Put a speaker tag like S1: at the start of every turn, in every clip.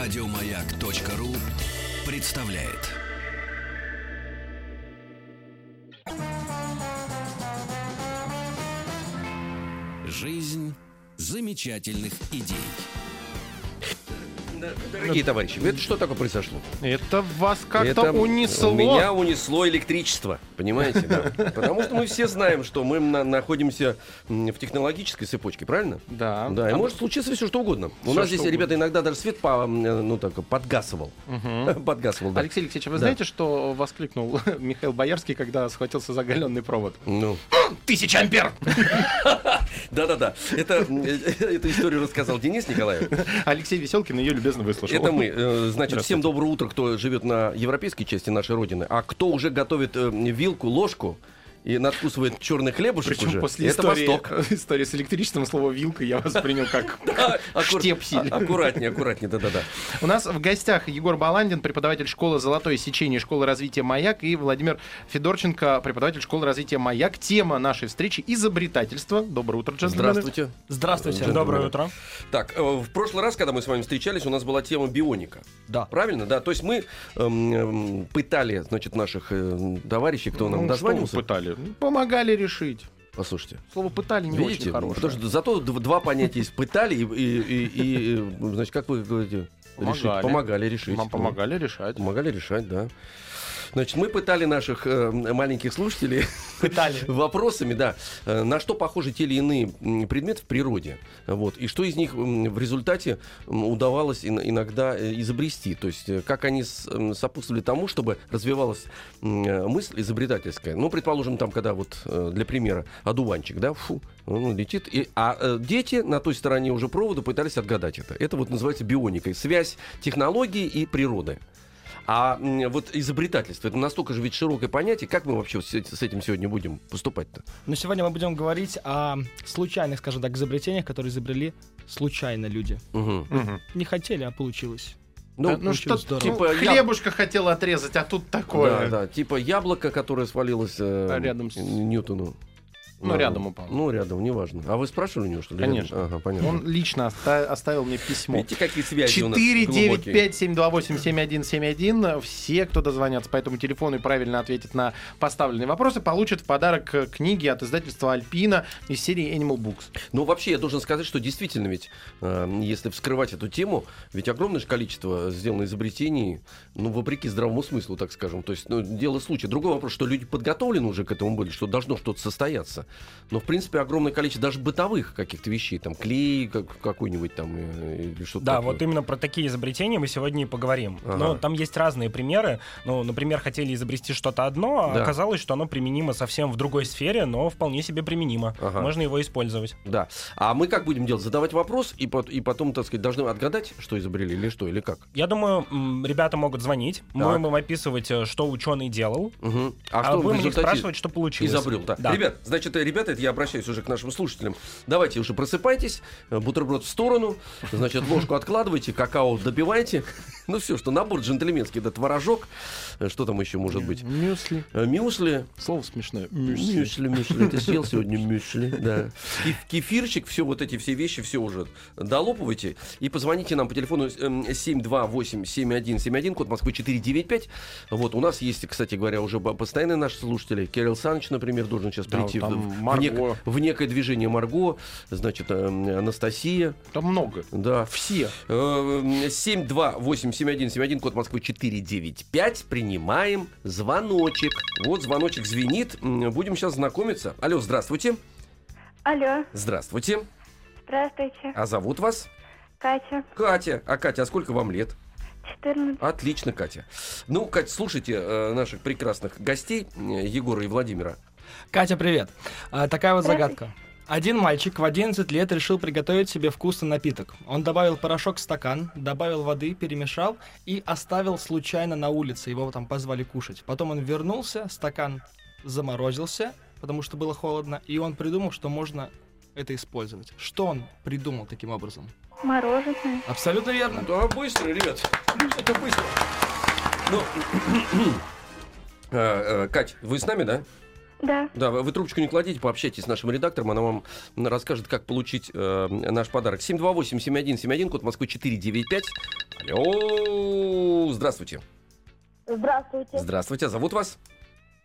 S1: Радиомаяк.ру представляет. Жизнь замечательных идей.
S2: Дорогие товарищи, это что такое произошло?
S3: Это вас как-то
S2: Это
S3: унесло.
S2: Меня унесло электричество, понимаете? да? Потому что мы все знаем, что мы на- находимся м, в технологической цепочке, правильно?
S3: Да.
S2: Да, и может случиться все что угодно. У
S3: Всё,
S2: нас здесь,
S3: что
S2: ребята, иногда даже свет по, м, э, ну, так, подгасывал. Подгасывал, да.
S3: Алексей Алексеевич, а вы
S2: Да.
S3: знаете, что воскликнул Михаил Боярский, когда схватился за галенный провод?
S2: Ну,
S3: Тысяча ампер!
S2: да-да-да. Это, м, э, эту историю рассказал Денис Николаев.
S3: Алексей Веселкин ее любезно выслушал.
S2: Это мы. Э, Значит, всем
S3: Здравствуйте.
S2: доброе утро, кто живет на европейской части нашей родины. А кто уже готовит э, вилку, ложку и надкусывает черный хлебушек
S3: Причем
S2: уже,
S3: после
S2: это
S3: истории,
S2: Восток.
S3: истории с электричеством слово «вилка» я воспринял как...
S2: Аккур-
S3: Штепсель.
S2: а- Аккуратнее, аккуратнее, да-да-да.
S3: У нас в гостях Егор Баландин, преподаватель школы «Золотое сечение» школы развития «Маяк» и Владимир Федорченко, преподаватель школы развития «Маяк». Тема нашей встречи — изобретательство. Доброе утро, джентльмены.
S2: Здравствуйте.
S4: Здравствуйте.
S2: Доброе
S4: утро.
S2: Так, э, в прошлый раз, когда мы с вами встречались, у нас была тема бионика.
S4: Да.
S2: Правильно, да? То есть мы эм, эм, пытали, значит, наших э, товарищей, кто нам
S3: Ну, что вы
S2: дозвонился.
S3: пытали? Ну, Помогали решить.
S2: Послушайте.
S3: Слово пытали не
S2: Видите,
S3: очень хорошее.
S2: потому что зато д- два понятия есть. Пытали и, и- и- и, э, значит, как вы говорите? Решить.
S3: Помогали.
S2: Помогали решить.
S3: Нам помогали
S2: ну.
S3: решать.
S2: Помогали решать, да. Значит, мы пытали наших э, маленьких слушателей
S4: Пытали.
S2: вопросами, да, э, на что похожи те или иные м, предметы в природе, вот, и что из них м, в результате м, удавалось ин- иногда э, изобрести, то есть э, как они с- м, сопутствовали тому, чтобы развивалась м, э, мысль изобретательская. Ну, предположим, там, когда вот, э, для примера, одуванчик, да, фу, он летит, и, а э, дети на той стороне уже провода пытались отгадать это. Это вот называется бионикой, связь технологии и природы. А м, вот изобретательство, это настолько же ведь широкое понятие, как мы вообще с с этим сегодня будем поступать-то?
S4: Но сегодня мы будем говорить о случайных, скажем так, изобретениях, которые изобрели случайно люди.
S2: Мгм.
S3: Мгм.
S4: Не хотели, а получилось.
S2: Ну,
S3: Да, ну что,
S4: здорово.
S2: Типа
S3: типа
S2: я-
S3: хлебушка хотел отрезать, а тут
S2: да,
S3: такое.
S2: да, типа яблоко, которое свалилось э,
S3: А рядом с-
S2: Ньютону.
S3: Ну,
S2: Да.
S3: рядом упало.
S2: Ну, рядом, неважно. А вы спрашивали у него, что ли?
S3: Конечно.
S2: Рядом? Ага, понятно.
S3: Он лично оста- оставил мне письмо.
S2: Видите, какие связи у нас
S3: 4 9
S2: глубокие.
S3: 5 7 2 8 7 1 7 1. Все, кто дозвонятся по этому телефону и правильно ответит на поставленные вопросы, получат в подарок э, книги от издательства Альпина из серии Animal Books.
S2: Ну, вообще, я должен сказать, что действительно ведь, э, если вскрывать эту тему, ведь огромное же количество сделано изобретений, ну, вопреки здравому смыслу, так скажем. То есть, ну, дело случая. Другой вопрос, что люди подготовлены уже к этому были, что должно что-то состояться. Но, в принципе, огромное количество даже бытовых каких-то вещей, там, клей как- какой-нибудь там э, или что-то
S5: Да,
S2: такое.
S5: вот именно про такие изобретения мы сегодня и поговорим.
S2: Ага.
S5: Но там есть разные примеры. Ну, например, хотели изобрести что-то одно, а
S2: Да.
S5: оказалось, что оно применимо совсем в другой сфере, но вполне себе применимо.
S2: Ага.
S5: Можно его использовать.
S2: Да. А мы как будем делать? Задавать вопрос и, пот- и потом, так сказать, должны отгадать, что изобрели или что, или как?
S5: Я думаю, м, ребята могут звонить,
S2: Так.
S5: мы будем описывать, э, что ученый делал,
S2: Мгм.
S5: а,
S2: что в
S5: будем у них
S2: результате-
S5: спрашивать, что получилось.
S2: Изобрел, да.
S5: Да.
S2: Ребят, значит, э, ребята, это я обращаюсь уже к нашим слушателям. Давайте уже просыпайтесь, э, бутерброд в сторону, значит, ложку откладывайте, какао добивайте. Ну все, что набор джентльменский, этот творожок, э, что там еще может быть?
S3: Мюсли.
S2: Э, Мюсли.
S3: Слово смешное.
S2: Ну, Мюсли, мюсли. Ты съел сегодня мюсли, да. Ки- Кефирчик, все вот эти все вещи, все уже долопывайте. И позвоните нам по телефону эм, 728-7171, код Москвы 495. Вот, у нас есть, кстати говоря, уже бо- постоянные наши слушатели. Кирилл Саныч, например, должен сейчас
S3: Да,
S2: прийти в-
S3: вот там
S2: в,
S3: Марго.
S2: нек- в некое движение Марго. Значит, эм, Анастасия,
S3: Там много.
S2: да.
S3: Все.
S2: Э, 728-7171, код Москвы 495. Принимаем звоночек. Вот звоночек звенит. М, Будем сейчас знакомиться. Алло, здравствуйте.
S6: Алло,
S2: Здравствуйте.
S6: здравствуйте,
S2: А зовут вас?
S6: Катя,
S2: Катя. А Катя, а сколько вам лет?
S6: 14.
S2: Отлично, Катя. Ну, Катя, слушайте э, наших прекрасных гостей, э, Егора и Владимира.
S4: Катя, привет. А, такая вот
S6: Здравствуйте.
S4: загадка. Один мальчик в 11 лет решил приготовить себе вкусный напиток. Он добавил порошок в стакан, добавил воды, перемешал и оставил случайно на улице. Его там позвали кушать. Потом он вернулся, стакан заморозился, потому что было холодно, и он придумал, что можно это использовать. Что он придумал таким образом?
S6: Мороженое.
S4: Абсолютно верно.
S2: Да, быстро, ребят. Это быстро. Ну, э, э, Кать, вы с нами, да?
S6: Да.
S2: Да, вы вы трубочку не кладите, пообщайтесь с нашим редактором, она вам м, расскажет, как получить э, наш подарок. 728-7171, код Москвы 495. Алло, здравствуйте.
S7: Здравствуйте,
S2: Здравствуйте, а зовут вас?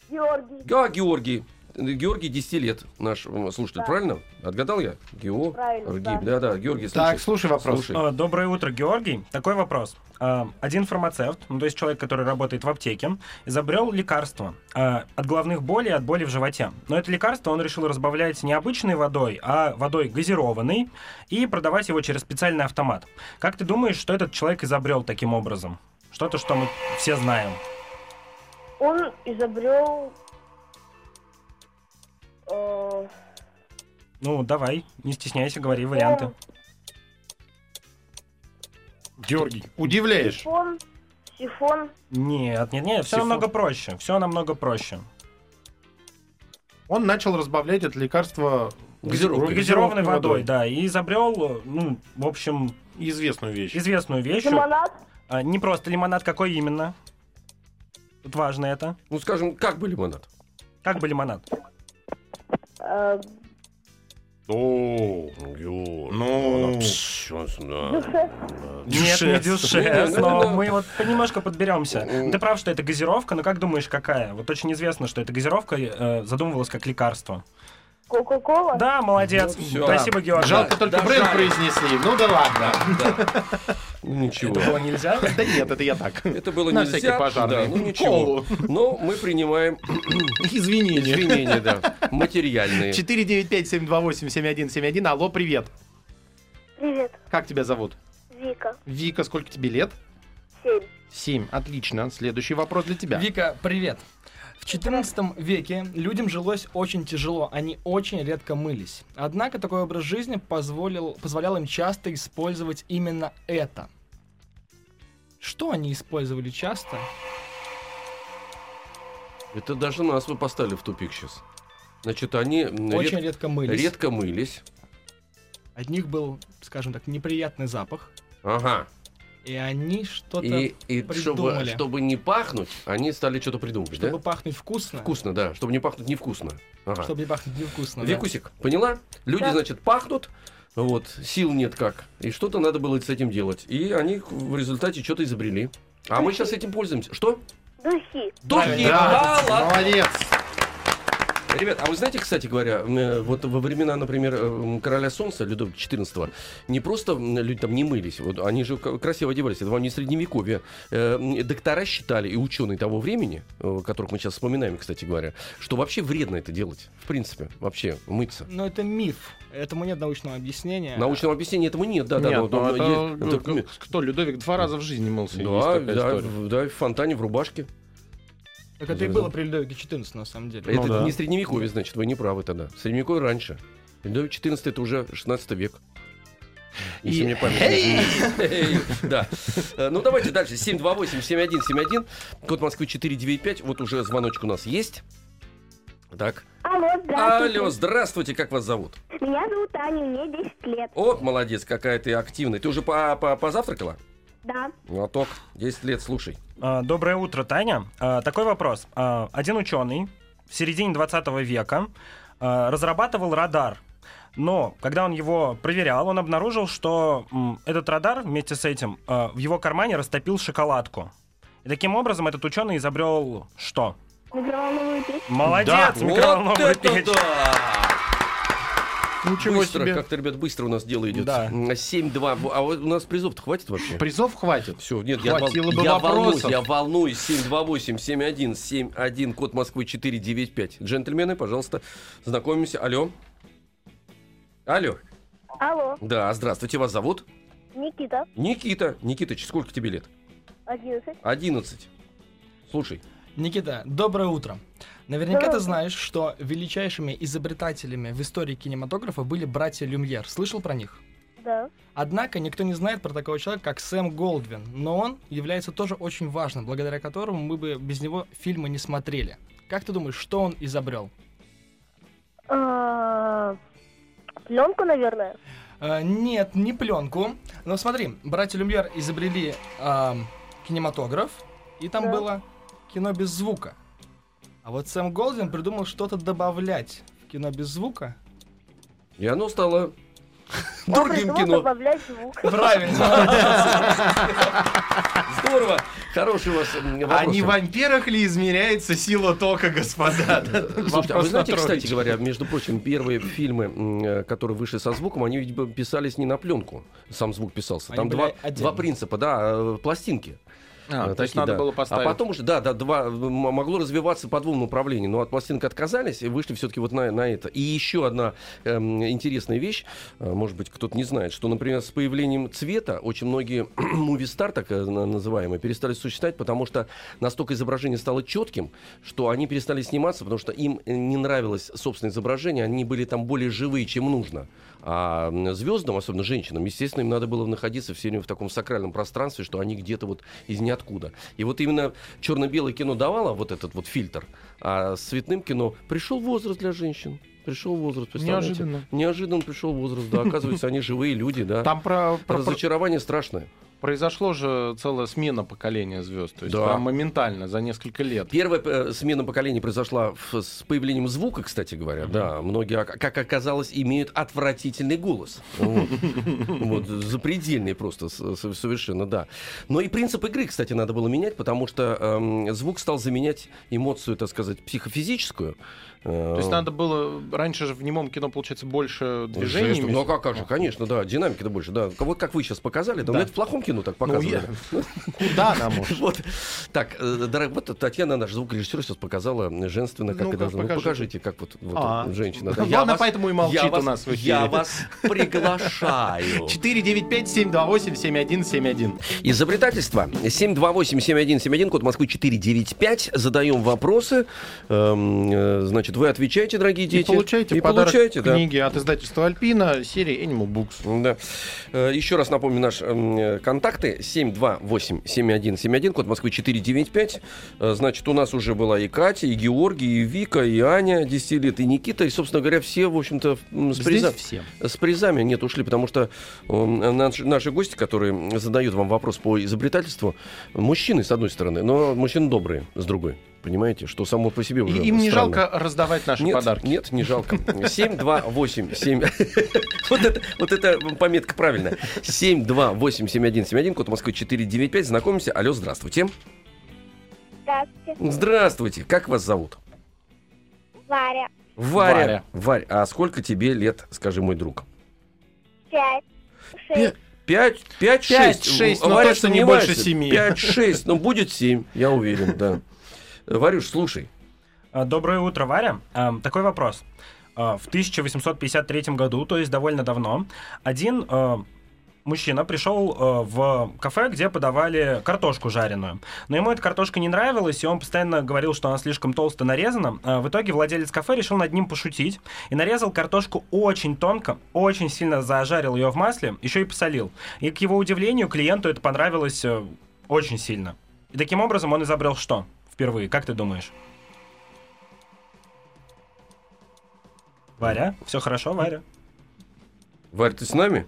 S7: Георгий.
S2: А, Георгий. Э, Георгий 10 лет, наш м, слушатель,
S7: Да.
S2: правильно? Отгадал я? Георгий.
S7: Правильно, да.
S2: Да, да, Георгий, слушай.
S3: Так, слушай вопрос.
S2: Слушай.
S5: Э, Доброе утро, Георгий. Такой вопрос. Э, Один фармацевт, ну, то есть человек, который работает в аптеке, изобрел лекарство э, от головных болей и от боли в животе. Но это лекарство он решил разбавлять не обычной водой, а водой газированной и продавать его через специальный автомат. Как ты думаешь, что этот человек изобрел таким образом? Что-то, что мы все знаем.
S7: Он изобрел... э,
S5: Ну, давай, не стесняйся, говори варианты.
S3: Георгий. Удивляешь.
S7: сифон, сифон,
S5: Нет, нет, нет, все
S3: Сифон.
S5: намного проще. Все намного проще.
S3: Он начал разбавлять это лекарство
S2: Газировкой.
S5: Газированной водой, да. И изобрел, ну, в общем,
S3: Известную вещь.
S5: известную вещь.
S7: лимонад.
S5: А, не просто лимонад, какой именно? Тут важно это.
S2: Ну, скажем, как бы лимонад?
S5: Как бы лимонад?
S7: э,
S3: О, ну,
S7: дюшес.
S5: Нет, не дюшес,
S2: Не, ну,
S5: но
S2: ну,
S5: мы вот понемножку подберемся.
S2: М.
S5: Ты прав, что это газировка, но как думаешь, какая? Вот очень известно, что эта газировка э, задумывалась как лекарство.
S7: Кока-кола.
S5: Да, молодец.
S2: всё.
S5: Спасибо, Георгий.
S3: Жалко только бренд произнесли. Ну да ладно.
S2: Ну, Ничего.
S5: Это было нельзя.
S3: Да нет, это я так.
S2: Это было
S3: На
S2: нельзя.
S3: всякий пожарный.
S2: Да, ну ничего.
S3: Колу.
S2: Но мы принимаем
S3: Извинения.
S2: извинения, да, материальные.
S3: 495-728-7171. Алло, привет.
S6: Привет,
S3: Как тебя зовут?
S6: Вика.
S3: Вика, сколько тебе лет?
S6: Семь.
S3: Семь. Отлично. Следующий вопрос для тебя.
S4: Вика, привет. В 14 веке людям жилось очень тяжело, они очень редко мылись. Однако такой образ жизни позволил, позволял им часто использовать именно это. Что они использовали часто?
S2: Это даже нас вы поставили в тупик сейчас. Значит, они м,
S4: Очень
S2: ред-
S4: редко мылись.
S2: редко мылись.
S4: От них был, скажем так, неприятный запах.
S2: Ага.
S4: И они что-то,
S2: И, и чтобы,
S4: придумали.
S2: чтобы не пахнуть, они стали что-то придумывать, да?
S4: чтобы пахнуть вкусно,
S2: Вкусно, да. Чтобы не пахнуть невкусно. Ага.
S4: чтобы не пахнуть невкусно. да.
S2: Викусик, поняла? Люди, значит, пахнут, вот, сил нет как. И что-то надо было с этим делать. И они в результате что-то изобрели. А мы сейчас этим пользуемся. Что?
S6: Духи.
S2: Духи!
S3: Да.
S2: А, ладно.
S3: Молодец.
S2: Ребят, а вы знаете, кстати говоря, м, э, вот во времена, например, э, м, короля солнца Людовика XIV не просто м, люди там не мылись, вот они же к- красиво одевались, это вам не средневековье. Э, м, Доктора считали и ученые того времени, э, которых мы сейчас вспоминаем, кстати говоря, что вообще вредно это делать, в принципе, вообще мыться.
S4: Но это миф. Этому нет научного объяснения.
S2: Научного объяснения этому нет, да, да,
S3: Нет,
S2: но-
S3: ну,
S2: но- но
S3: это,
S2: есть-
S3: ну,
S2: так, м,
S3: к- Кто, Людовик два раза в жизни мылся? Есть
S2: да,
S3: такая
S2: да,
S3: история.
S2: в- да, в фонтане, в рубашке.
S4: Так это и было при Людовике 14 на самом деле.
S2: это
S3: Ну да.
S2: не средневековье, значит, вы не правы тогда. Средневековье раньше. Людовик XIV это уже 16 век. Если
S3: И-
S2: мне память не изменяет. Эй, Да. Э, Ну, давайте дальше. 728-7171. Код Москвы 495. Вот уже звоночек у нас есть. Так.
S6: Алло, здравствуйте.
S2: Алло, здравствуйте. Как вас зовут?
S6: Меня зовут Аня, мне 10 лет.
S2: Вот, молодец, какая ты активная. Ты уже по- по- позавтракала?
S6: Да.
S2: Лоток. 10 лет, слушай.
S5: А, Доброе утро, Таня. А, Такой вопрос. А, Один ученый в середине 20 века а, разрабатывал радар. Но когда он его проверял, он обнаружил, что м, этот радар вместе с этим а, в его кармане растопил шоколадку. И таким образом этот ученый изобрел что?
S6: Микроволновую печь.
S5: Молодец, микроволновая
S2: Вот это
S5: печь.
S2: да!
S3: Ничего
S2: Быстро,
S3: себе.
S2: как-то, ребят, быстро у нас дело идет.
S5: Да.
S2: 7-2. А вот у нас призов-то хватит вообще?
S3: Призов хватит.
S2: Все, нет, я, вол-
S3: Хватило бы
S2: я волнуюсь,
S3: вопросов.
S2: я волнуюсь. 728 71 71 код Москвы 495. Джентльмены, пожалуйста, знакомимся. Алло. Алло.
S6: Алло,
S2: Да, здравствуйте, вас зовут?
S6: Никита,
S2: Никита. Никитыч, сколько тебе лет?
S6: 11.
S2: 11. Слушай,
S4: Никита, доброе утро. Наверняка
S6: Доброе
S4: ты
S6: утро.
S4: знаешь, что величайшими изобретателями в истории кинематографа были братья Люмьер. Слышал про них?
S6: Да.
S4: Однако никто не знает про такого человека, как Сэм Голдвин, но он является тоже очень важным, благодаря которому мы бы без него фильмы не смотрели. Как ты думаешь, что он изобрел?
S7: А,
S6: Пленку, наверное.
S4: Э, нет, не пленку. Но смотри, братья Люмьер изобрели эм, кинематограф, и там
S6: Да.
S4: было кино без звука. А вот Сэм Голдин придумал что-то добавлять в кино без звука.
S2: И оно стало
S7: Он
S2: другим
S7: придумал
S2: кино.
S7: добавлять звук.
S4: Правильно.
S2: Здорово. Хороший у вас м, вопрос.
S3: А не в амперах ли измеряется сила тока, господа?
S2: Слушайте, а
S3: Вопрос
S2: вы знаете,
S3: на троечке.
S2: кстати говоря, между прочим, первые фильмы, м, э, которые вышли со звуком, они ведь бы писались не на пленку, сам звук писался.
S4: Они
S2: Там
S4: были
S2: два,
S4: отдельно.
S2: два принципа, да, э, пластинки.
S3: А,
S2: Э,
S3: то есть
S2: такие,
S3: надо
S2: да.
S3: было поставить.
S2: А потом уже, да, да, два, м, могло развиваться по двум направлениям, но от пластинок отказались и вышли все-таки вот на, на это. И еще одна эм, интересная вещь, э, может быть, кто-то не знает, что, например, с появлением цвета очень многие муви-стар, так э, на- называемые, перестали существовать, потому что настолько изображение стало четким, что они перестали сниматься, потому что им э, не нравилось собственное изображение, они были там более живые, чем нужно. А звездам, особенно женщинам, естественно, им надо было находиться все время в таком сакральном пространстве, что они где-то вот из ниоткуда. И вот именно черно-белое кино давало вот этот вот фильтр, а с цветным кино пришел возраст для женщин. Пришел возраст, представляете?
S3: Неожиданно.
S2: Неожиданно пришел возраст, да. Оказывается, они живые люди, да.
S3: Там про, про- про-
S2: Разочарование страшное.
S3: произошло же целая смена поколения звезд. То есть
S2: Да.
S3: прям моментально, за несколько лет.
S2: Первая э, смена поколений произошла в- с появлением звука, кстати говоря. Да, многие, ок- как оказалось, имеют отвратительный голос. Вот. Вот, запредельный просто с- с- совершенно, да. Но и принцип игры, кстати, надо было менять, потому что эм, звук стал заменять эмоцию, так сказать, психофизическую.
S3: То есть надо было... Раньше же в немом кино, получается, больше движений.
S2: Ну а как, как же, конечно, да, динамики-то больше, да. Вот как вы сейчас показали, да, у меня это в плохом кино так
S3: Ну,
S2: показывали.
S3: Куда нам уж?
S2: Вот. Так, э, дорог- вот Татьяна, наш звукорежиссер, сейчас показала женственно, как
S3: Ну-ка,
S2: это должно быть. Покажите,
S3: покажите.
S2: как вот, вот
S3: А.
S2: женщина. да.
S3: Ладно,
S2: вас-
S3: поэтому и
S2: я
S3: молчит у
S2: вас-
S3: нас в
S2: Я
S3: эфире.
S2: вас приглашаю.
S3: 495-728-7171.
S2: Изобретательство. 728-7171, код Москвы 495. Задаем вопросы. Эм, э, Значит, вы отвечаете, дорогие
S3: И
S2: дети.
S3: получаете
S2: И
S3: подарок
S2: получаете, да.
S3: книги от издательства «Альпина» серии Animal Books.
S2: Да. Э, Еще раз напомню наши м, э, контакты. 728-7171, код Москвы 495. Э, Значит, у нас уже была и Катя, и Георгий, и Вика, и Аня 10 лет, и Никита. И, собственно говоря, все, в общем-то, м, с, приза-
S3: все.
S2: с призами нет ушли, потому что м, наш- наши гости, которые задают вам вопрос по изобретательству, мужчины, с одной стороны, но мужчины добрые, с другой. Понимаете, что само по себе
S3: И
S2: уже
S3: им не
S2: странно.
S3: жалко раздавать наши
S2: Нет,
S3: подарки.
S2: нет, не жалко. 7, 2, 8, 7. Вот это, вот это пометка правильная. 7, 2, 8, 7, 1, 7, 1, код Москвы 495. Знакомимся. Алло, здравствуйте.
S6: Здравствуйте.
S2: Здравствуйте. Как вас зовут?
S6: Варя.
S2: Варя. Варь, а сколько тебе лет, скажи, мой друг?
S6: Пять.
S2: Пе-
S6: Шесть.
S2: Пять, пять,
S3: Пять,
S2: шесть.
S3: шесть, но
S2: Варя
S3: точно не
S2: сомневается.
S3: больше семи.
S2: Пять, шесть, ну будет семь, я уверен, да. Варюш, слушай.
S5: А, Доброе утро, Варя. Ам, Такой вопрос. А, В 1853 году, то есть довольно давно, один э, мужчина пришел э, в кафе, где подавали картошку жареную. Но ему эта картошка не нравилась, и он постоянно говорил, что она слишком толсто нарезана. А В итоге владелец кафе решил над ним пошутить и нарезал картошку очень тонко, очень сильно зажарил ее в масле, еще и посолил. И, к его удивлению, клиенту это понравилось э, очень сильно. И таким образом он изобрел что впервые? Как ты думаешь? Варя, все хорошо, Варя.
S2: Варь, ты с нами?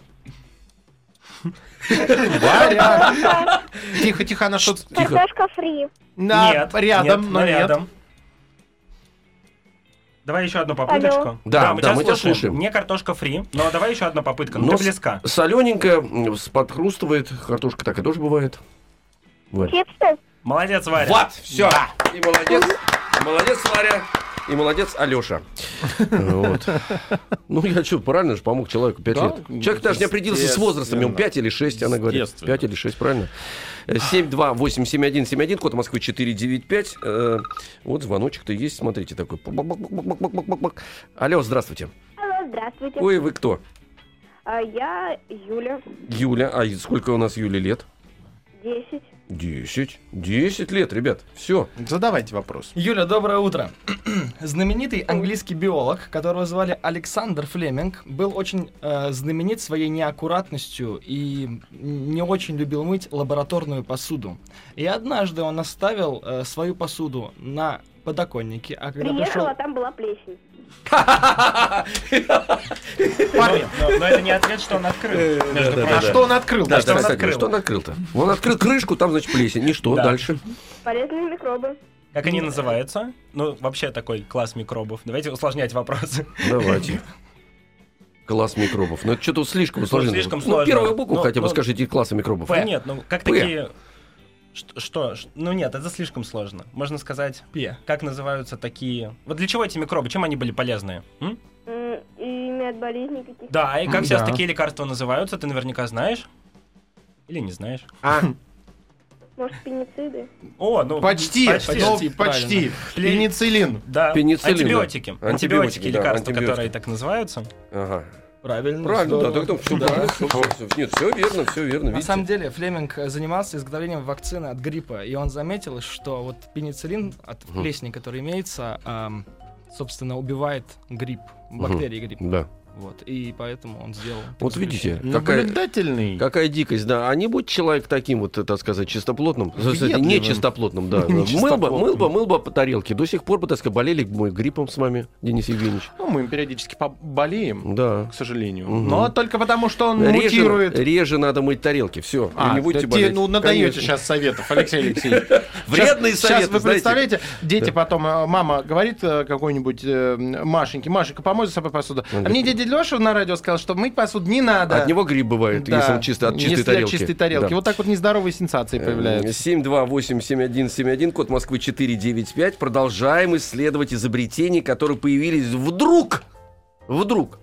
S3: Тихо, тихо, она что-то...
S6: Картошка фри.
S3: Да,
S5: нет,
S3: рядом,
S5: нет,
S3: но нет.
S5: рядом. Давай еще одну попыточку.
S6: Алло.
S2: Да, да, мы тебя слушаем.
S5: Не картошка фри, но давай еще одна попытка. Ну,
S2: Но
S5: ты близка.
S2: Солененькая, подхрустывает. Картошка так и тоже бывает. Варь.
S6: Чипсы.
S5: Молодец, Варя.
S2: Вот, все. И молодец. Молодец, Варя. И молодец, Алеша. Вот. Ну, я что, правильно же помог человеку 5
S3: Да,
S2: лет. Человек даже не определился с возрастом. Ему 5 или 6, она говорит.
S3: Естественно.
S2: 5 или 6, правильно? Э, 7287171, код Москвы 495. Э, Вот звоночек-то есть, смотрите, такой. Бак-бак-бак-бак-бак-бак-бак. Алло, здравствуйте.
S6: Э,
S7: Алло, здравствуйте.
S2: Ой, вы кто?
S7: А, я Юля,
S2: Юля. А и сколько у нас Юле лет?
S7: 10.
S2: 10. 10 лет, ребят. Все.
S3: Задавайте вопрос.
S4: Юля, доброе утро. Знаменитый английский биолог, которого звали Александр Флеминг, был очень э, знаменит своей неаккуратностью и не очень любил мыть лабораторную посуду. И однажды он оставил э, свою посуду на подоконнике, а когда
S7: Приехала,
S4: пришел...
S7: там была плесень.
S5: Но, Ну, но- но это не ответ, что он открыл. между
S2: да, да,
S5: прочим.
S3: А что он открыл?
S2: Да,
S5: что
S2: да,
S5: он
S2: кстати,
S5: открыл?
S2: что он открыл-то? Он открыл крышку, там, значит, плесень. И что
S5: Да.
S2: дальше?
S7: Полезные микробы.
S5: Как они называются? Ну, вообще такой класс микробов. Давайте усложнять вопросы.
S2: Давайте. Класс микробов. Но это что-то слишком усложнено.
S5: слишком
S2: ну,
S5: сложно.
S2: первую букву
S5: Ну,
S2: хотя бы
S5: ну,
S2: скажите класса микробов.
S5: Ну, Нет, ну как
S2: П.
S5: такие... Что, что? Ш- Ну нет, это слишком сложно. Можно сказать,
S4: Пе.
S5: как называются такие... Вот для чего эти микробы? Чем они были полезны? М?
S7: М, Имя от болезни каких-то.
S5: Да, и как сейчас
S3: М-да.
S5: такие лекарства называются, ты наверняка знаешь? Или не знаешь?
S7: Может, пенициды?
S5: О, ну...
S3: Почти,
S5: Почти.
S3: ну,
S4: Почти,
S3: почти.
S5: правильно.
S3: Пенициллин.
S5: Да,
S2: Пенициллин, да.
S5: антибиотики. Антибиотики,
S2: Антибиотики, да,
S5: лекарства,
S2: антибиотики.
S5: которые так называются.
S2: Ага.
S3: Ну,
S4: Правильно.
S2: Правильно, да,
S4: здорово.
S2: так там все
S4: Да.
S2: Нет, все верно, все верно.
S4: На
S2: видите?
S4: самом деле Флеминг э, занимался изготовлением вакцины от гриппа, и он заметил, что вот пенициллин от
S2: Мгм.
S4: плесени, который имеется, ам, собственно, убивает грипп, бактерии гриппа.
S2: Да.
S4: Вот, и поэтому он сделал.
S2: Вот
S4: такое
S2: видите,
S3: Ну,
S2: какая,
S3: Наблюдательный.
S2: какая дикость, да. А не будь человек таким, вот, э, так сказать, чистоплотным, в смысле,
S3: Въедливым.
S2: не чистоплотным, да. Мыл бы,
S3: Нечистоплотным.
S2: мыл бы, мыл бы по тарелке. До сих пор бы, так сказать, болели мы гриппом с вами, Денис Евгеньевич.
S3: Ну, мы им периодически поболеем,
S2: Да.
S3: к сожалению.
S2: Мгм.
S3: Но только потому, что он
S2: Реже,
S3: мутирует.
S2: реже надо мыть тарелки, все.
S3: А,
S2: не будете
S3: да те-
S2: болеть.
S3: ну, надаете
S2: Конечно.
S3: сейчас советов, Алексей Алексеевич.
S2: Вредные
S3: сейчас,
S2: советы,
S3: Сейчас вы
S2: знаете.
S3: представляете, дети
S2: Да.
S3: потом, э, мама говорит э, какой-нибудь э, Машеньке, Машенька, помой за собой посуду.
S2: Он
S3: а мне
S2: говорит,
S3: дядя Леша на радио сказал, что мыть посуду не надо.
S2: Ну, От него гриб бывает,
S3: Да,
S2: если он чисто от чистой
S3: если
S2: тарелки.
S3: чистой тарелки.
S2: Да. Э,
S3: Вот так вот нездоровые сенсации появляются.
S2: 728-7171, код Москвы 495. Продолжаем исследовать изобретения, которые появились вдруг. Вдруг.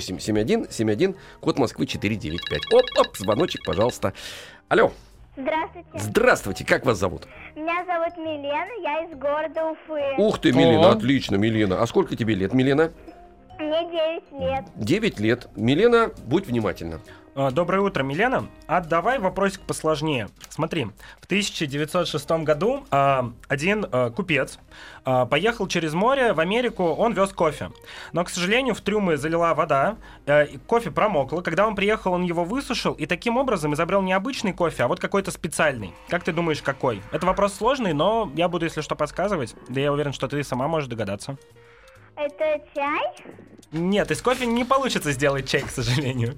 S2: 728-7171, код Москвы 495. Оп-оп, звоночек, пожалуйста. Алло,
S6: Здравствуйте.
S2: здравствуйте, как вас зовут?
S6: Меня зовут Милена, я из города Уфы.
S2: Ух ты, Милена,
S3: О.
S2: отлично, Милена. А сколько тебе лет, Милена?
S6: Мне 9 лет.
S2: 9 лет. Милена, будь внимательна.
S5: А, Доброе утро, Милена. А Отдавай вопросик посложнее. Смотри, в 1906 году а, один а, купец а, поехал через море в Америку, он вез кофе. Но, к сожалению, в трюмы залила вода, э, и кофе промокло. Когда он приехал, он его высушил и таким образом изобрел не обычный кофе, а вот какой-то специальный. Как ты думаешь, какой? Это вопрос сложный, но я буду, если что, подсказывать. Да я уверен, что ты сама можешь догадаться.
S6: Это чай?
S5: Нет, из кофе не получится сделать чай, к сожалению.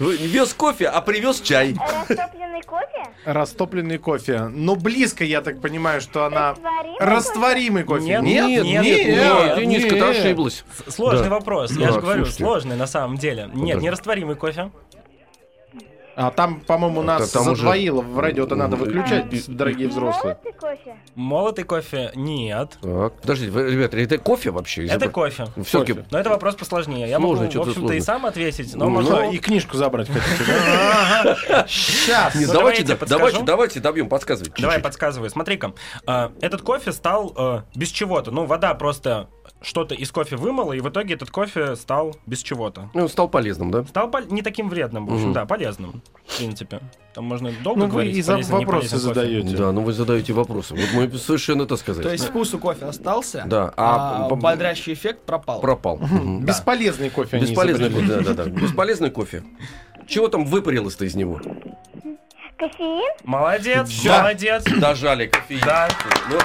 S2: Вез кофе, а привез чай.
S6: Растопленный кофе?
S3: Растопленный кофе. Но близко, я так понимаю, что она...
S6: Растворимый
S3: Растворимый кофе.
S5: Нет,
S2: Нет, нет, нет,
S5: нет,
S2: Дениска, ты ошиблась.
S5: С- Сложный
S2: Да.
S5: вопрос, я
S2: Да,
S5: же говорю,
S2: слушайте.
S5: сложный на самом деле. Нет, нерастворимый кофе.
S3: А там, по-моему, нас
S2: Там уже-
S3: задвоило. В радио-то надо
S6: М,
S3: выключать, дорогие взрослые.
S6: Молотый кофе?
S5: Молотый кофе? Нет.
S2: Так, подождите, вы, ребята, это кофе вообще?
S5: Это кофе.
S2: Все-таки
S5: Но это вопрос посложнее. Я
S2: Сложно,
S5: могу,
S2: что-то
S5: в общем-то,
S2: сложно.
S5: и сам ответить, но
S2: Ну,
S5: можно...
S3: Ну, и книжку забрать хотите, да? Сейчас.
S2: Нет,
S5: Ну,
S2: давайте,
S5: давайте
S2: да-
S5: подскажу.
S2: давайте, давайте добьем, подсказывайте.
S5: Давай
S2: чуть-чуть.
S5: подсказывай. Смотри-ка, э, этот кофе стал э, без чего-то. Ну, вода просто что-то из кофе вымыла, и в итоге этот кофе стал без чего-то.
S2: Ну, он стал полезным, да?
S5: Стал пол- не таким вредным, в общем,
S2: Мгм.
S5: да, полезным, в принципе. Там можно долго
S3: Ну, вы
S5: говорить.
S3: и за
S5: полезен, не
S3: вопросы
S5: полезен кофе.
S3: задаете.
S2: Да, ну вы задаете вопросы. Вот мы совершенно это сказали.
S4: То есть вкус у кофе остался,
S2: Да, а
S4: а,
S2: п-
S4: бодрящий эффект пропал.
S2: пропал. Мгм.
S3: Бесполезный кофе они
S2: Бесполезный
S3: изобрели.
S2: кофе, да, да, да. Бесполезный кофе. Чего там выпарилось-то из него?
S6: Кофеин?
S5: Молодец,
S2: Да.
S5: молодец.
S2: Дожали кофеин.
S5: Да.
S2: Ну,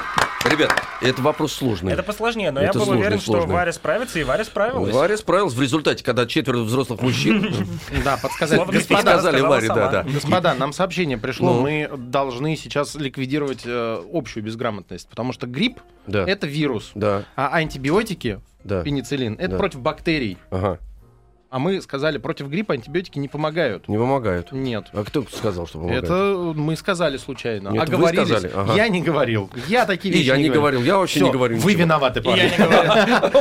S2: ребят, это вопрос сложный.
S5: Это посложнее, но я
S2: Это
S5: был
S2: сложно,
S5: уверен,
S2: сложно.
S5: что Варя справится, и Варя справилась.
S2: Варя справилась в результате, когда четверо взрослых мужчин
S3: Да, подсказать.
S5: Словно
S3: Господа,
S5: Господа,
S2: сказали
S5: сказала
S2: Варе, да,
S5: сама.
S2: да.
S3: Господа, нам сообщение пришло,
S2: Ну.
S3: мы должны сейчас ликвидировать э, общую безграмотность, потому что грипп
S2: Да,
S3: это вирус,
S2: да,
S3: а антибиотики,
S2: да.
S3: пенициллин, это
S2: Да.
S3: против бактерий.
S2: Ага,
S3: А мы сказали, против гриппа антибиотики не помогают.
S2: не помогают.
S3: Нет.
S2: А кто сказал, что помогает?
S3: Это мы сказали случайно.
S2: Нет,
S3: а
S2: вы
S3: говорились.
S2: сказали, ага.
S3: Я не говорил. Я такие
S2: И
S3: вещи
S2: я не говорил, я вообще не
S3: Всё,
S2: говорю
S3: Вы
S2: ничего.
S3: виноваты,
S5: И я
S3: парни.
S5: не говорю.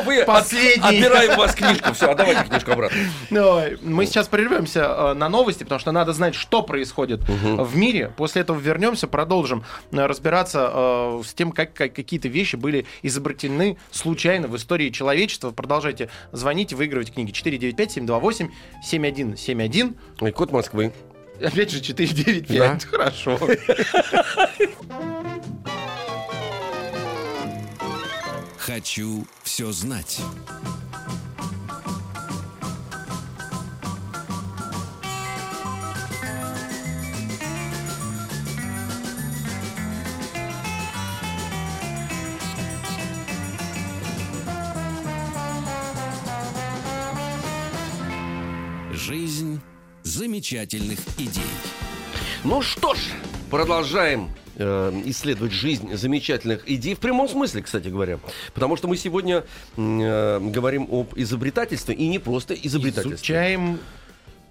S2: Вы
S3: Последний.
S2: отбираем у вас книжку. Все, отдавайте книжку обратно.
S3: Давай. Мы сейчас прервемся э, на новости, потому что надо знать, что происходит в мире. После этого вернемся, продолжим э, разбираться э, с тем, как, как какие-то вещи были изобретены случайно в истории человечества. Продолжайте звонить и выигрывать книги. 495-728-7171.
S2: Ой, Э, Код Москвы.
S3: Опять же 495. Хорошо.
S1: Хочу все знать. Жизнь замечательных идей.
S2: Ну что ж, Продолжаем э, исследовать жизнь замечательных идей. В прямом смысле, кстати говоря. Потому что мы сегодня м, э, говорим об изобретательстве. И не просто изобретательстве.
S3: Изучаем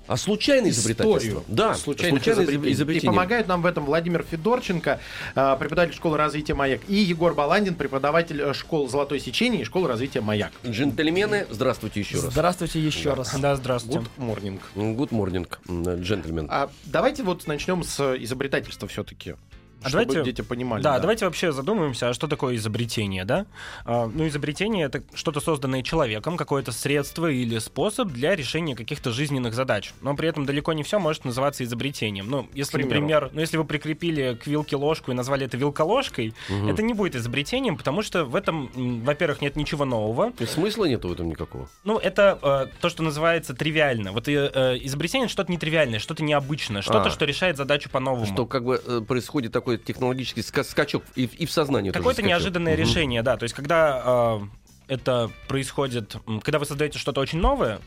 S2: А случайное изобретательство.
S3: историю
S2: Да,
S3: случайных
S2: случайное
S3: изобретений. И
S2: А, изобретение.
S3: помогают нам в этом Владимир Федорченко, э, преподаватель школы развития «Маяк», и Егор Баландин, преподаватель э, школ «Золотое сечение» и школы развития «Маяк».
S2: Джентльмены, здравствуйте еще раз.
S4: Здравствуйте еще раз.
S5: Да, здравствуйте.
S3: Good morning.
S2: Good morning, м, э, джентльмен.
S3: А давайте вот начнем с изобретательства все-таки.
S5: А
S3: чтобы
S5: давайте-
S3: дети понимали.
S5: Да, давайте вообще задумаемся, а что такое изобретение, да? А, ну, изобретение — это что-то созданное человеком, какое-то средство или способ для решения каких-то жизненных задач. Но при этом далеко не все может называться изобретением. Ну, если,
S3: примеру.
S5: например, ну, если вы прикрепили к вилке ложку и назвали это вилколожкой,
S2: Мгм.
S5: это не будет изобретением, потому что в этом, м, во-первых, нет ничего нового.
S2: И Смысла нету в этом никакого.
S5: Ну, это э, то, что называется тривиально. Вот э, э, изобретение — что-то нетривиальное, что-то необычное, что-то,
S2: А.
S5: что решает задачу по-новому.
S2: Что как бы э, происходит такой технологический ска- скачок и, в- и в сознании. тоже
S5: Какое-то
S2: скачок.
S5: неожиданное
S2: Мгм.
S5: решение, да. То есть, когда э, это происходит, м, когда вы создаете что-то очень новое,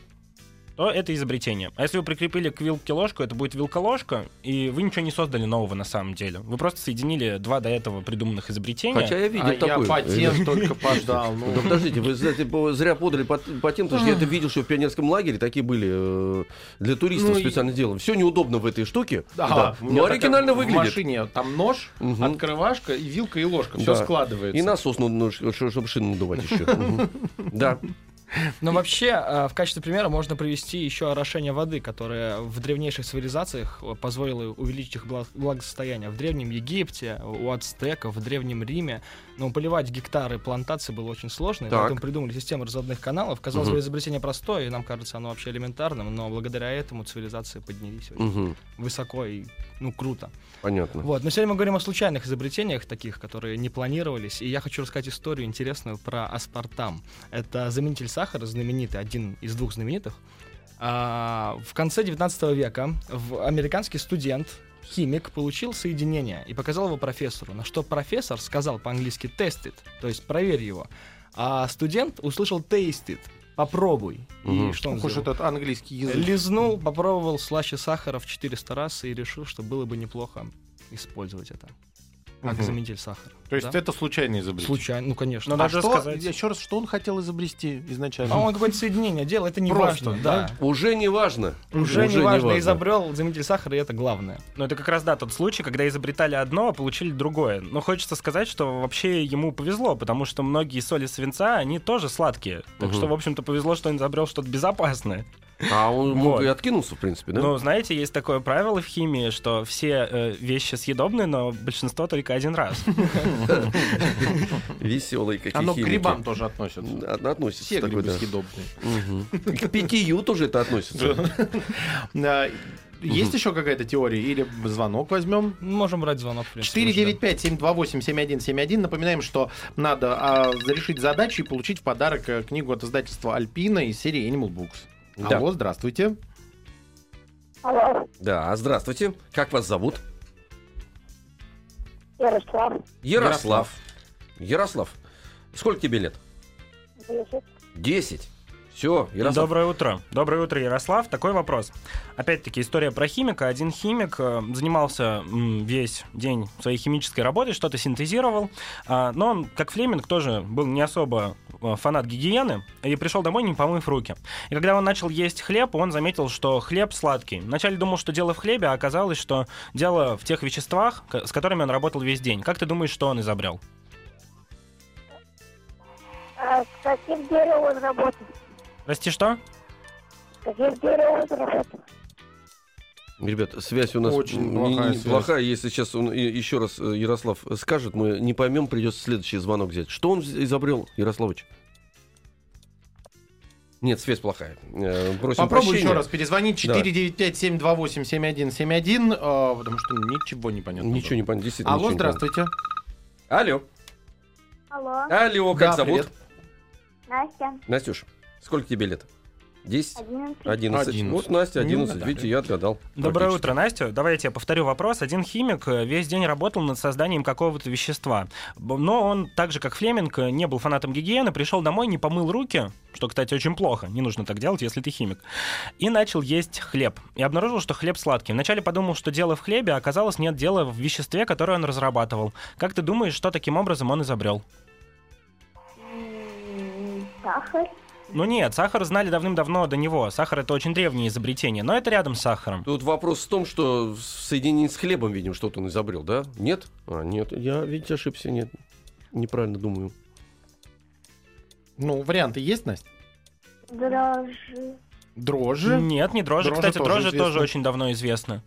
S5: то это изобретение. А если вы прикрепили к вилке ложку, это будет вилка-ложка, и вы ничего не создали нового на самом деле. Вы просто соединили два до этого придуманных изобретения.
S2: Хотя я
S3: да.
S2: видел
S3: А я
S2: такое.
S3: патент только пождал. ну.
S2: Да подождите, вы знаете, по- зря подали пат- патент, потому что я это видел, что в пионерском лагере такие были э, для туристов
S3: Ну и-
S2: специально сделаны. Все неудобно в этой штуке,
S3: Да,
S2: да,
S3: А, у меня
S2: но
S3: такая
S2: оригинально
S3: В
S2: выглядит.
S3: машине там нож,
S2: Мгм.
S3: открывашка, и вилка, и ложка. Все
S2: Да.
S3: складывается.
S2: И насос, ну, чтобы шину надувать еще. Мгм. Да.
S4: Но вообще, э, в качестве примера можно привести еще орошение воды, которое в древнейших цивилизациях э, позволило увеличить их благ- благосостояние. В Древнем Египте, у ацтеков, в Древнем Риме. Но поливать гектары плантации было очень сложно, и
S2: Так.
S4: поэтому придумали систему разводных каналов. Казалось бы,
S2: Мгм.
S4: изобретение простое, и нам кажется оно вообще элементарным, но благодаря этому цивилизации поднялись очень
S2: Мгм.
S4: высоко и, ну, круто.
S2: Понятно.
S4: Вот, но сегодня мы говорим о случайных изобретениях таких, которые не планировались, и я хочу рассказать историю интересную про аспартам. Это заменитель сахара, знаменитый, один из двух знаменитых. А, в конце 19 века в- американский студент, химик, получил соединение и показал его профессору, на что профессор сказал по-английски «tested», то есть «проверь его», а студент услышал «tasted», «попробуй». И
S2: Мгм.
S4: что он
S3: Ох уж
S4: сделал?
S3: этот английский язык.
S4: Лизнул, попробовал слаще сахара в 400 раз и решил, что было бы неплохо использовать это как
S3: Мгм.
S4: заменитель сахара.
S3: То есть
S4: Да.
S3: это случайное изобретение.
S4: случайно, ну конечно.
S5: Но
S3: А
S5: надо
S3: что,
S5: сказать-
S3: еще раз, что он хотел изобрести изначально?
S4: А он какое-то соединение делал, это не
S3: Просто,
S4: важно,
S3: да?
S4: да.
S2: Уже не важно.
S4: Уже, не важно, изобрел заменитель сахара, и это главное.
S5: Но Ну, это как раз, да, тот случай, когда изобретали одно, а получили другое. Но хочется сказать, что вообще ему повезло, потому что многие соли свинца, они тоже сладкие. Так
S2: Мгм.
S5: что, в общем-то, повезло, что он изобрел что-то безопасное.
S2: А он мог
S5: Вот.
S2: и откинулся, в принципе, да?
S5: Ну, знаете, есть такое правило в химии, что все э, вещи съедобны, но большинство только один раз.
S2: Веселые какие
S3: Оно к
S2: химики.
S3: грибам тоже относится.
S2: От- Относится
S3: Все
S2: такой,
S3: грибы
S2: да.
S3: съедобные.
S2: Мгм. К питью тоже это относится.
S3: Да, Есть еще какая-то теория? Или звонок возьмем?
S4: Ну, Можем брать звонок, в принципе. уже,
S3: 495-728-7171. Напоминаем, что надо а, решить задачу и получить в подарок э, книгу от издательства «Альпина» из серии Animal Books.
S2: Да.
S3: Алло, здравствуйте.
S7: Алло,
S2: Да, А, здравствуйте. Как вас зовут?
S7: Ярослав,
S2: Ярослав. Ярослав, сколько тебе лет?
S7: Десять.
S2: Десять. Все, Ярослав.
S5: Доброе утро. Доброе утро, Ярослав. Такой вопрос. Опять-таки, история про химика. Один химик э, занимался м, весь день своей химической работой, что-то синтезировал, а, но он, как Флеминг, тоже был не особо э, фанат гигиены и пришел домой, не помыв руки. И когда он начал есть хлеб, он заметил, что хлеб сладкий. Вначале думал, что дело в хлебе, а оказалось, что дело в тех веществах, к- с которыми он работал весь день. Как ты думаешь, что он изобрел?
S7: А с каким деревом он работает?
S5: Прости, что?
S7: С каким деревом он работает?
S2: Ребят, связь у нас
S3: Очень
S2: м,
S3: плохая
S2: не- не-
S3: связь.
S2: плохая. Если сейчас он и- еще раз э, Ярослав скажет, мы не поймем, придется следующий звонок взять. Что он изобрел, Ярославович? Нет, связь плохая. Э, Просим
S3: Попробуй
S2: прощения.
S3: еще раз перезвонить.
S2: Давай.
S3: 495-728-7171, э, потому что ничего не понятно.
S2: Ничего не понятно. действительно
S3: Алло,
S2: ничего не понятно.
S3: здравствуйте.
S2: Алло.
S6: Алло,
S2: Алло, как
S3: Да,
S2: зовут?
S3: привет.
S6: Настя,
S2: Настюш, сколько тебе лет? 10?
S6: 11.
S2: 11.
S3: Одиннадцать.
S2: Вот Настя
S3: Ну,
S2: 11.
S3: да.
S2: Видите, я отгадал.
S5: Доброе
S2: Практически.
S5: утро, Настя. Давай я тебе повторю вопрос. Один химик э, весь день работал над созданием какого-то вещества. Б- Но он, так же как Флеминг, э, не был фанатом гигиены, пришел домой, не помыл руки, что, кстати, очень плохо. Не нужно так делать, если ты химик. И начал есть хлеб. И обнаружил, что хлеб сладкий. Вначале подумал, что дело в хлебе, а оказалось, нет дела в веществе, которое он разрабатывал. Как ты думаешь, что таким образом он изобрел?
S6: М, Сахар.
S5: Ну нет, сахар знали давным-давно до него. Сахар — это очень древнее изобретение, но это рядом с сахаром.
S2: Тут вопрос в том, что в соединении с хлебом, видимо, что-то он изобрел, да? Нет? А, нет. Я, видите, ошибся, нет. Неправильно думаю.
S3: Ну, варианты есть, Настя?
S6: Дрожжи.
S3: Дрожжи.
S5: Нет, не дрожжи.
S3: Дрожжи
S5: Кстати,
S3: тоже
S5: дрожжи
S3: известны.
S5: тоже очень давно известно.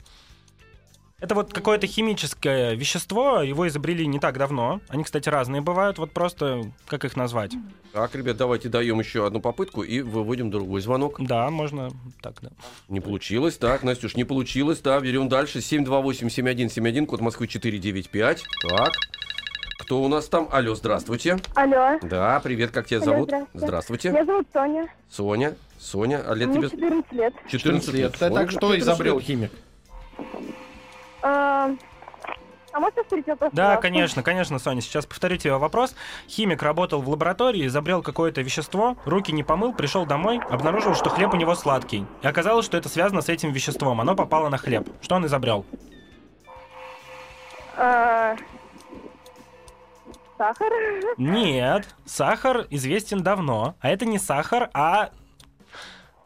S5: Это вот какое-то химическое вещество, его изобрели не так давно. Они, кстати, разные бывают, вот просто как их назвать.
S2: Так, ребят, давайте даем еще одну попытку и выводим другой звонок.
S5: Да, можно так, да.
S2: Не получилось, так, Настюш, не получилось, да, берем дальше. 728-7171, код Москвы 495. Так, кто у нас там? Алло, здравствуйте.
S6: Алло.
S2: Да, привет, как тебя
S6: Алло,
S2: зовут?
S6: здравствуйте.
S2: Здравствуйте.
S6: Меня зовут Соня.
S2: Соня. Соня, а лет
S6: Мне
S2: тебе
S6: 14 лет.
S2: 14 лет.
S3: Так,
S2: Соня,
S3: Так что
S2: 14
S3: изобрел
S2: лет.
S3: химик?
S6: А а можно повторить вопрос?
S5: Да,
S6: пожалуйста?
S5: конечно, конечно, Соня, сейчас повторю тебе вопрос. Химик работал в лаборатории, изобрел какое-то вещество, руки не помыл, пришел домой, обнаружил, что хлеб у него сладкий. И оказалось, что это связано с этим веществом, оно попало на хлеб. Что он изобрел?
S6: А, Сахар.
S5: Нет, сахар известен давно, а это не сахар, а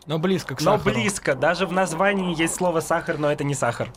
S4: Но близко к
S5: Но
S4: сахару.
S5: близко, даже в названии есть слово сахар, но это не сахар.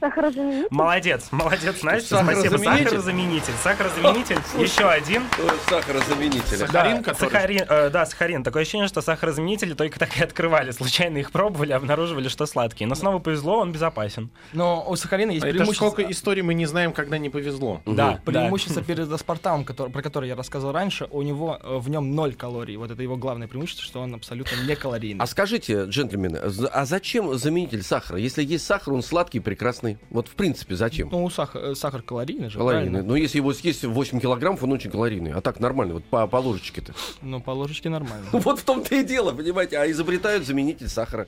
S6: Сахарозаменитель.
S5: Молодец, молодец, Настя, спасибо.
S2: Сахарозаменитель?
S5: Сахарозаменитель, сахарозаменитель, еще один.
S2: Ой, Сахарозаменитель.
S3: Сахарин,
S5: да,
S3: который-
S5: сахарин, э, да, сахарин. Такое ощущение, что сахарозаменители только так и открывали. Случайно их пробовали, обнаруживали, что сладкие. Но снова повезло, он безопасен.
S4: Но у Сахалина есть
S3: А Это ж
S4: преимущество.
S3: сколько историй мы не знаем, когда не повезло.
S5: Да, да.
S4: Преимущество перед Аспартамом, который- про который я рассказывал раньше, у него э, в нем ноль калорий. Вот это его главное преимущество, что он абсолютно не калорийный.
S2: А скажите, джентльмены, за- а зачем заменитель сахара? Если есть сахар, он сладкий, прекрасный. Вот в принципе, зачем?
S4: Ну, сах- э, сахар калорийный же,
S2: Калорийный.
S4: правильно?
S2: Но если его съесть 8 килограммов, он очень калорийный. А так нормально, вот по, по ложечке-то.
S4: Ну, по ложечке нормально.
S2: Вот в том-то и дело, понимаете. А изобретают заменитель сахара.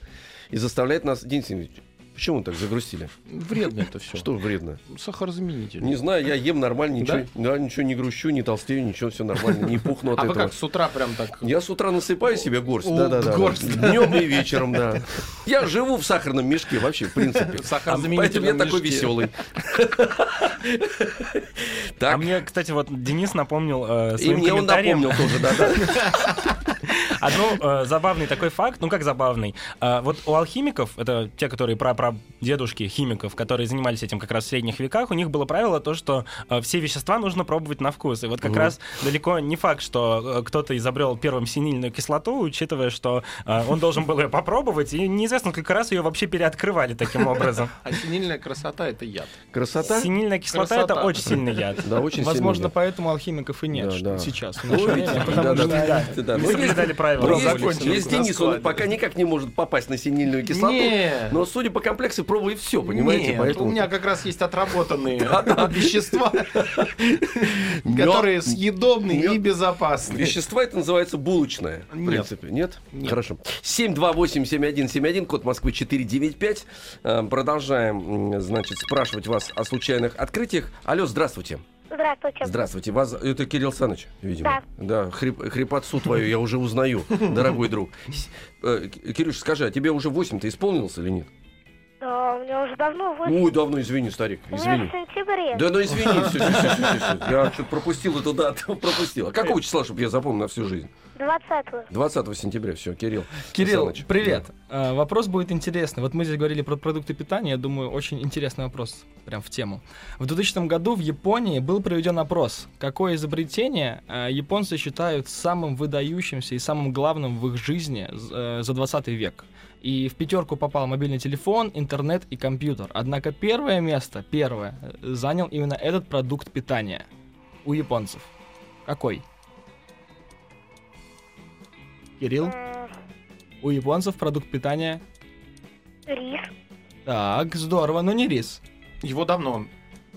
S2: И заставляет нас... Денис Евгеньевич, почему вы так загрустили?
S3: Вредно это все.
S2: Что вредно?
S3: Сахарозаменитель.
S2: Не знаю, я ем нормально, ничего, да? ничего не грущу, не толстею, ничего, все нормально, не пухну от
S3: А вы
S2: этого.
S3: как, с утра прям так...
S2: Я с утра насыпаю себе горсть,
S3: О,
S2: да-да-да,
S3: горсть.
S2: днем и вечером, да. Я живу в сахарном мешке вообще, в принципе. А
S3: Сахарозаменитель
S2: Поэтому я
S3: на
S2: такой
S3: мешке.
S2: веселый.
S5: А
S2: Так,
S5: мне, кстати, вот Денис напомнил э,
S2: и
S5: своим
S2: мне он
S5: комментарием
S2: напомнил тоже, да-да.
S5: Одно э, забавный такой факт, ну как забавный. Э, вот у алхимиков, это те, которые про дедушки химиков, которые занимались этим как раз в средних веках, у них было правило то, что э, все вещества нужно пробовать на вкус. И вот как раз далеко не факт, что э, кто-то изобрел первым синильную кислоту, учитывая, что э, он должен был ее попробовать, и неизвестно, сколько раз ее вообще переоткрывали таким образом.
S3: А синильная красота — это яд.
S2: Красота.
S5: Синильная кислота
S3: Красота.
S5: это очень сильный яд.
S2: Да, очень
S4: Возможно,
S2: сильно.
S4: поэтому алхимиков и нет
S2: Да,
S4: ш-
S2: да.
S4: сейчас. в
S2: Ну,
S4: наше
S2: видите,
S4: время,
S2: да,
S4: потому
S2: да, да,
S4: что-
S2: да.
S5: Мы соблюдали правила.
S2: Ну, Есть-
S3: закончили
S2: Есть
S3: на
S2: Денис, он
S3: складе.
S2: пока никак не может попасть на синильную кислоту.
S3: Не.
S2: Но судя по комплексу, пробует все, типа, понимаете?
S3: Нет,
S2: Поэтому...
S3: у меня как раз есть отработанные вещества, которые съедобные и
S2: Мёд.
S3: безопасные.
S2: Вещества это называется булочное. В
S3: Нет.
S2: принципе, нет?
S3: Нет.
S2: Хорошо. 728-7171, код Москвы 495. Э, Продолжаем, м, значит, спрашивать вас о случайных открытиях. Алло, здравствуйте.
S6: Здравствуйте.
S2: Здравствуйте. Вас... Это Кирилл Саныч, видимо. Да. хрип- хрипотцу твою я уже узнаю, дорогой друг. С- э, К- Кирюш, скажи, а тебе уже 8-то исполнилось или нет?
S6: Да, у меня уже давно вы...
S2: Ой, давно, извини, старик,
S6: У меня
S2: извини.
S6: в сентябре.
S2: Да ну извини, всё, всё, всё, всё, всё. я что-то пропустил эту дату, пропустил. А какого числа, чтобы я запомнил на всю жизнь?
S6: 20
S2: 20 сентября, все, Кирилл.
S4: Кирилл,
S2: Саныч.
S4: привет. Э, вопрос будет интересный. Вот мы здесь говорили про продукты питания. Я думаю, очень интересный вопрос, прям в тему. В 2000 году в Японии был проведен опрос, какое изобретение э, японцы считают самым выдающимся и самым главным в их жизни з- э, за 20 век. И в пятерку попал мобильный телефон, интернет и компьютер. Однако первое место, первое, э, занял именно этот продукт питания у японцев. Какой? Кирилл?
S6: М,
S4: У японцев продукт питания.
S6: Рис.
S4: Так, здорово, но не рис.
S3: Его давно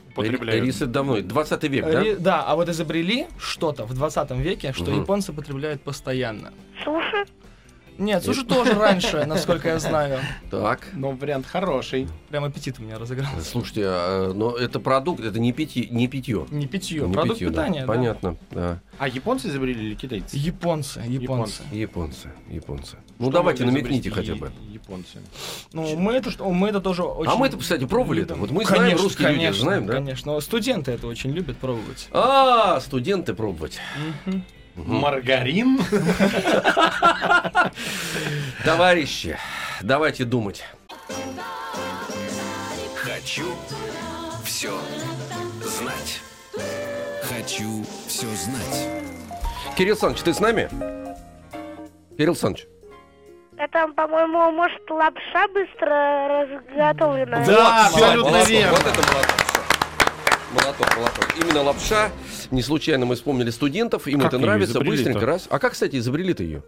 S2: Ри-
S3: потребляют.
S2: Рис это давно, 20 век, да?
S4: Ри- да, а вот изобрели что-то в 20 веке, что
S2: Мгм.
S4: японцы потребляют постоянно.
S6: Суши.
S4: Нет, суши
S2: Э,
S4: тоже раньше, насколько я знаю.
S2: Так.
S3: Но вариант хороший.
S4: Прям аппетит у меня разыграл.
S2: Слушайте, а, но это продукт, это не, питье, не питье.
S4: Не питье,
S2: Не
S4: продукт
S2: питье, да.
S4: питания. да.
S2: Понятно, да.
S3: А японцы изобрели или китайцы?
S4: Японцы, японцы.
S2: Японцы, японцы. Ну
S3: Что
S2: давайте
S3: могли
S2: намекните
S3: изобрести
S2: хотя бы.
S3: я- Японцы.
S4: Ну, мы это, что- мы это тоже очень...
S2: А мы это, кстати, пробовали. -то.
S4: любим.
S2: Вот мы знаем,
S4: Конечно,
S2: русские люди
S4: конечно,
S2: знаем, да?
S4: Конечно, студенты это очень любят пробовать.
S2: А, студенты пробовать.
S4: Мгм.
S3: Маргарин?
S2: Товарищи, давайте думать.
S1: Хочу все знать. Хочу все знать.
S2: Кирилл Саныч, ты с нами? Кирилл Саныч.
S6: А там, по-моему, может, лапша быстро разготовленная.
S3: Да,
S2: Молодец,
S3: абсолютно
S2: молоток,
S3: верно.
S2: Вот это молоток. всё. Молоток, молоток. Именно лапша. Не случайно мы вспомнили студентов. Им
S3: Как
S2: это
S3: её
S2: нравится.
S3: изобрели-то?
S2: Быстренько раз. А как, кстати, изобрели-то ее?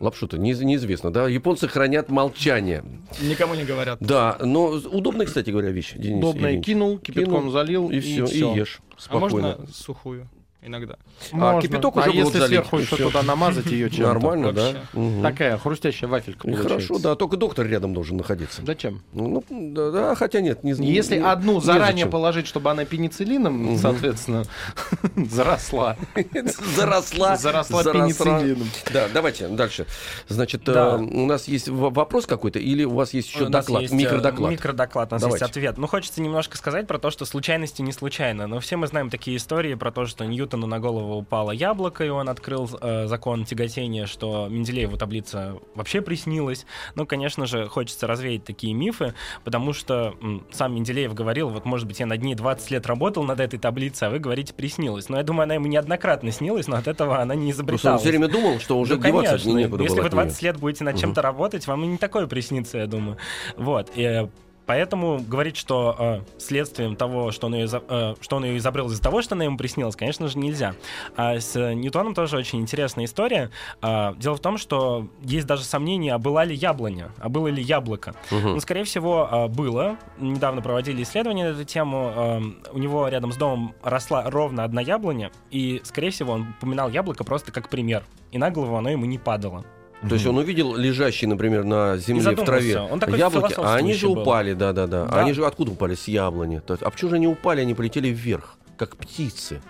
S2: Лапшу-то не- неизвестно, да? Японцы хранят молчание.
S4: Никому не говорят.
S2: Да, но удобная, кстати говоря, вещь, Денис.
S3: Удобно
S2: Евгеньевич.
S3: кинул, кипятком
S2: Кинул,
S3: залил,
S2: И все, и ешь
S4: А
S2: спокойно.
S4: можно сухую? Иногда.
S2: А кипяток уже
S3: а
S2: в рот
S3: если
S2: залить,
S3: сверху
S2: и
S3: еще
S2: всё.
S3: туда намазать ее чем
S2: Нормально,
S4: вообще.
S2: да? Мгм.
S3: Такая хрустящая вафелька
S2: И
S3: получается.
S2: Хорошо, да, только доктор рядом должен находиться.
S3: Зачем?
S2: Ну, да, да, хотя нет, не не-
S3: Если
S2: не-
S3: одну заранее
S2: незачем.
S3: положить, чтобы она пенициллином, соответственно, заросла.
S2: заросла,
S3: Заросла пенициллином.
S2: Да, давайте дальше. Значит, э,
S5: Да.
S2: у нас есть в- вопрос какой-то, или у вас есть еще
S5: У нас
S2: доклад,
S5: есть, э,
S2: микродоклад.
S5: Микродоклад, у нас
S2: Давайте.
S5: есть ответ. Ну, хочется немножко сказать про то, что случайности не случайно. Но все мы знаем такие истории про то, что Ньютону на голову упало яблоко, и он открыл э, закон тяготения, что Менделееву таблица вообще приснилась. Ну, конечно же, хочется развеять такие мифы, потому что м, сам Менделеев говорил, вот, может быть, я над ней 20 лет работал над этой таблицей, а вы говорите, приснилась. Но я думаю, она ему неоднократно снилась, но от этого она не
S2: Просто он
S5: изобреталась.
S2: все время думал, что уже
S5: Ну,
S2: деваться
S5: конечно.
S2: некуда
S5: Если
S2: было
S5: вы
S2: от неё.
S5: 20 лет будете над чем-то работать, вам и не такое приснится, я думаю. Вот. э, Поэтому говорить, что э, следствием того, что он, ее, что он ее изобрел из-за того, что она ему приснилась, конечно же, нельзя. А с э, Ньютоном тоже очень интересная история. А, дело в том, что есть даже сомнения, а была ли яблоня, а было ли яблоко.
S2: Мгм.
S5: Ну, скорее всего, э, было. Недавно проводили исследование на эту тему. Эм, У него рядом с домом росла ровно одна яблоня, и, скорее всего, он упоминал яблоко просто как пример. И на голову оно ему не падало.
S2: То есть он увидел лежащий, например, на земле в
S5: задумался.
S2: траве
S5: Он такой
S2: яблоки, а они
S5: философствующий
S2: же
S5: был.
S2: упали, да-да-да.
S5: Да.
S2: Они же откуда упали? С яблони. То есть, а почему же они упали, они полетели вверх, как птицы?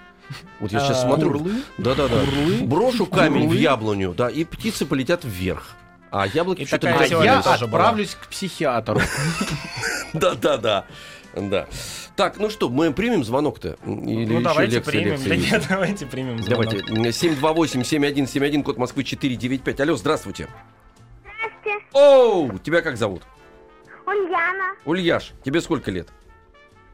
S2: Вот я сейчас
S5: А,
S2: смотрю. Да-да-да. Брошу камень в яблоню, да, и птицы полетят вверх. А яблоки
S5: И
S2: что-то
S5: такая
S3: А
S2: вдали.
S5: теория
S3: я
S5: тоже была.
S3: отправлюсь к психиатру.
S2: Да-да-да. Да. Так, ну что, мы примем звонок-то? Или
S5: ну,
S2: еще
S5: давайте
S2: лекция,
S5: примем.
S2: лекция
S5: да
S2: есть?
S5: нет, давайте примем. звонок.
S2: Давайте. 728-7171, код Москвы 495. Алло, здравствуйте.
S6: Здравствуйте,
S2: Оу, тебя как зовут?
S6: Ульяна,
S2: Ульяш, тебе сколько лет?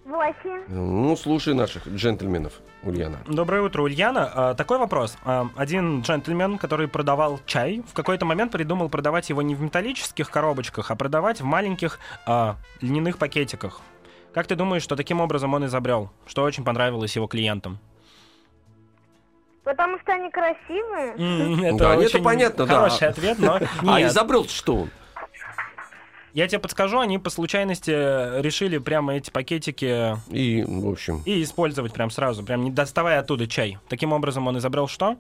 S6: 8.
S2: Ну, слушай наших джентльменов, Ульяна.
S5: Доброе утро, Ульяна. А, Такой вопрос. А, Один джентльмен, который продавал чай, в какой-то момент придумал продавать его не в металлических коробочках, а продавать в маленьких а, льняных пакетиках. Как ты думаешь, что таким образом он изобрел? Что очень понравилось его клиентам?
S6: Потому что они красивые.
S5: М, Это
S2: Да, это
S5: очень
S2: понятно, да.
S5: хороший ответ, но
S2: А
S5: нет.
S2: изобрел что он?
S5: Я тебе подскажу, они по случайности решили прямо эти пакетики
S2: И, в общем,
S5: и использовать прям сразу, прям не доставая оттуда чай. Таким образом он изобрел что?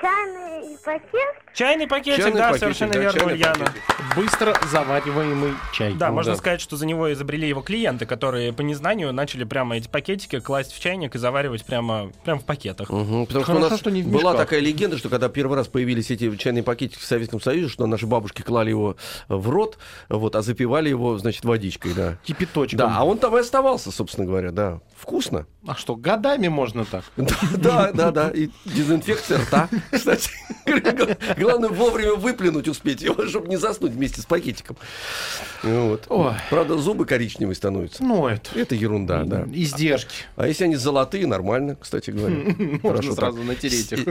S6: Чайный пакет.
S5: Чайный пакетик,
S2: Чайный
S5: да,
S2: пакетик,
S5: совершенно
S2: да,
S5: верно,
S2: чайный
S5: Ульяна.
S2: пакетик. Ну
S3: Быстро завариваемый чай.
S5: Да, можно
S2: да.
S5: сказать, что за него изобрели его клиенты, которые по незнанию начали прямо эти пакетики класть в чайник и заваривать прямо, прямо в пакетах.
S2: Мгм, потому что у
S3: Хорошо,
S2: нас
S3: что не в
S2: была
S3: мешках.
S2: такая легенда, что когда первый раз появились эти чайные пакетики в Советском Союзе, что наши бабушки клали его в рот, вот, а запивали его, значит, водичкой, да.
S3: Кипяточком.
S2: Да, а он там и оставался, собственно говоря, да. Вкусно.
S3: А что, годами можно так?
S2: Да, да, да, да. И дезинфекция рта. Кстати, главное вовремя выплюнуть успеть его, чтобы не заснуть вместе с пакетиком. Вот.
S3: Ой.
S2: Правда, зубы коричневые становятся.
S3: Ну, это...
S2: Это ерунда, да.
S3: Издержки.
S2: А если они золотые, нормально, кстати говоря.
S3: Можно
S2: так.
S3: сразу натереть их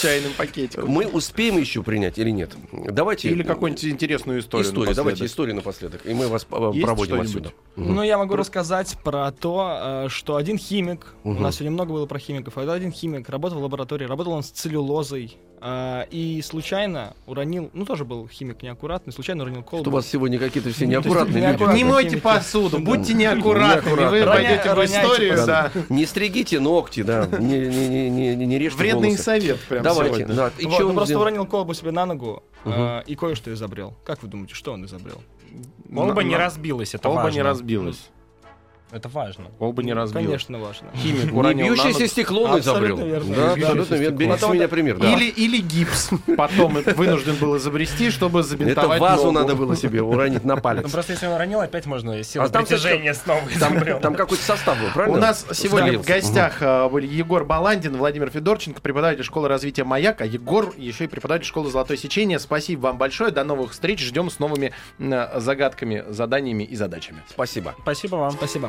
S3: чайным пакетиком.
S2: э, Мы успеем еще принять или нет? Давайте. э,
S3: Или какую-нибудь интересную историю.
S2: историю. Давайте
S3: напоследок.
S2: историю напоследок. И мы вас э,
S3: Есть
S2: проводим
S3: что-нибудь?
S2: отсюда.
S4: Ну, я могу рассказать про то, э, что один химик, у
S2: Мгм.
S4: нас сегодня много было про химиков, а один химик работал в лаборатории, работал работал он с целлюлозой. а, и случайно уронил, ну тоже был химик неаккуратный, случайно уронил колбу.
S2: Что у вас сегодня какие-то все
S4: Ну, то есть
S2: неаккуратные люди.
S4: неаккуратные.
S3: Не мойте посуду, будьте неаккуратными, вы
S2: Неаккуратно.
S3: пойдете в
S4: Роняйте
S3: историю,
S4: посуду.
S3: да.
S2: Не стригите ногти, да. Не, не, не, не, не режьте
S3: Вредный
S2: волосы.
S3: совет прям
S2: Давайте.
S3: сегодня. ну
S2: Да. И
S4: Вот,
S2: чё
S4: он
S2: он
S4: просто
S2: сделал?
S4: уронил колбу себе на ногу
S2: Мгм.
S4: а, и кое-что изобрел. Как вы думаете, что он изобрел?
S5: Колба
S3: На-
S5: не
S3: на-
S5: разбилась, это
S3: Колба
S5: важно.
S3: не разбилась.
S5: Это важно.
S3: Колба не разбилась.
S4: Конечно, важно.
S3: Химик
S2: Не
S3: уронил на
S2: бьющееся
S3: ногу.
S2: стекло он
S4: Абсолютно
S2: изобрел.
S4: верно.
S2: Да,
S4: Бьющееся
S2: абсолютно верно.
S4: стекло.
S2: Берите с меня пример. да.
S3: Или, или гипс. Потом и вынужден был изобрести, чтобы
S2: Это
S3: забинтовать
S2: вазу
S3: ногу.
S2: надо было себе уронить на
S5: Ну
S2: палец.
S5: просто если он ранил, опять можно силу
S2: А там
S5: притяжения снова изобрел.
S2: Там какой-то состав был, правильно?
S3: У нас сегодня в
S2: Склеился.
S3: гостях э, были Егор Баландин, Владимир Федорченко, преподаватель школы развития «Маяк», а Егор еще и преподаватель школы «Золотое сечение». Спасибо вам большое, до новых встреч, ждем с новыми э, загадками, заданиями и задачами.
S2: Спасибо.
S5: Спасибо вам.
S4: Спасибо.